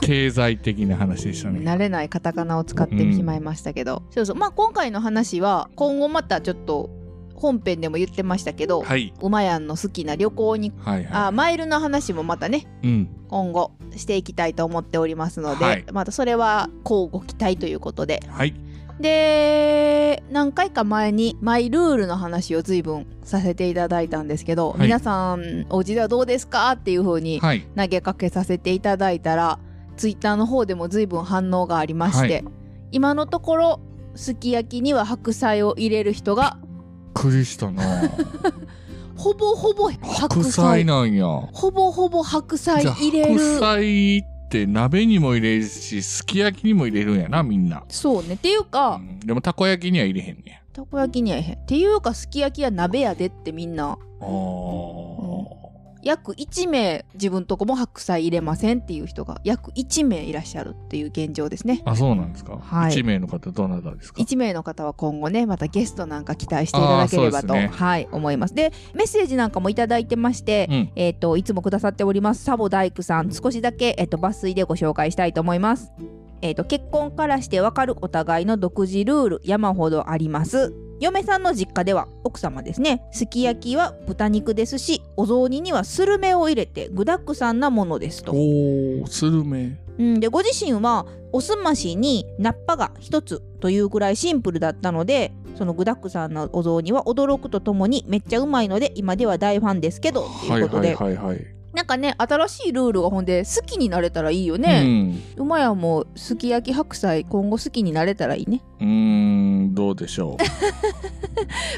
経済的な話でしたね。慣れないカタカナを使ってしまいましたけど、そうそうまあ今回の話は今後またちょっと本編でも言ってましたけど、はい。馬やんの好きな旅行にはいはあマイルの話もまたねい。うん。今後していきたいと思っておりますので、はいまたそれはこうご期待ということではい。で何回か前にマイルールの話を随分させていただいたんですけど、はい皆さんお家ではどうですかっていう風にはい。投げかけさせていただいたらツイッターの方でも随分反応がありまして、は今のところすき焼きには白菜を入れる人がクリスタのほぼほぼ白菜白菜なんや。ほぼほぼ白菜じゃあ入れる白菜って鍋にも入れるし、すき焼きにも入れるんやな、みんな。そうねっていううかんでもたこ焼きには入れへんね。たこ焼きにはえへんっていうかすき焼きは鍋やでってみんなああ。約1名自分とこも白菜入れませんっていう人が約1名いらっしゃるっていう現状ですね。あ、そうなんですか。はい1名の方、どなたですか1名の方は今後ねまたゲストなんか期待していただければと、あーそうですねはい、思いますでメッセージなんかもいただいてまして、うん。えっ、と、いつもくださっております、サボ大工さん、少しだけ、えっ、と、抜粋でご紹介したいと思います。えっ、と、結婚からしてわかるお互いの独自ルール、山ほどあります。嫁さんの実家では奥様ですねすき焼きは豚肉ですしお雑煮にはスルメを入れて具だくさんなものですと、おー、スルメ。うん、でご自身はおすましにナッパが一つというくらいシンプルだったのでその具だくさんのお雑煮は驚くとともにめっちゃうまいので今では大ファンですけどとはいいこうとはで、いはいはい。なんかね新しいルールがほんで好きになれたらいいよね、うまやんもすき焼き白菜今後好きになれたらいいねうん。うーん、どうでしょ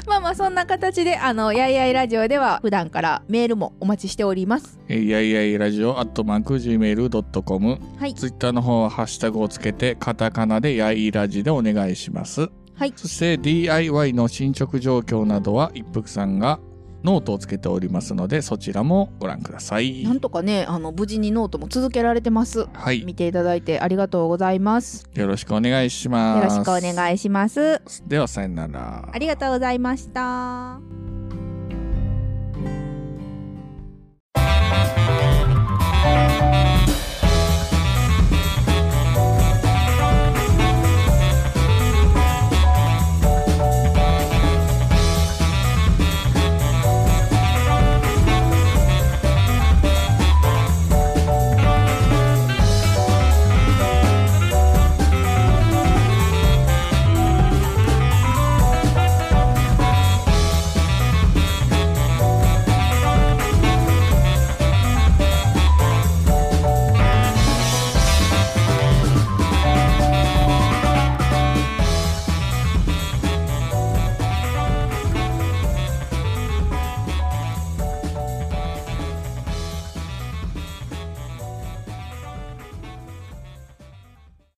う。 まあまあそんな形であのやいやいラジオでは普段からメールもお待ちしておりますえー、いやいやいラジオ、アットマーク、gmail.com。はいツイッターの方はハッシュタグをつけて、カタカナでやいラジでお願いします。はいそして DIY の進捗状況などは一服さんがノートをつけておりますので、そちらもご覧ください。なんとかねあの無事にノートも続けられてますはい。見ていただいてありがとうございますよろしくお願いしよまろす。しくお願いしますではさよならあ。りがとうございました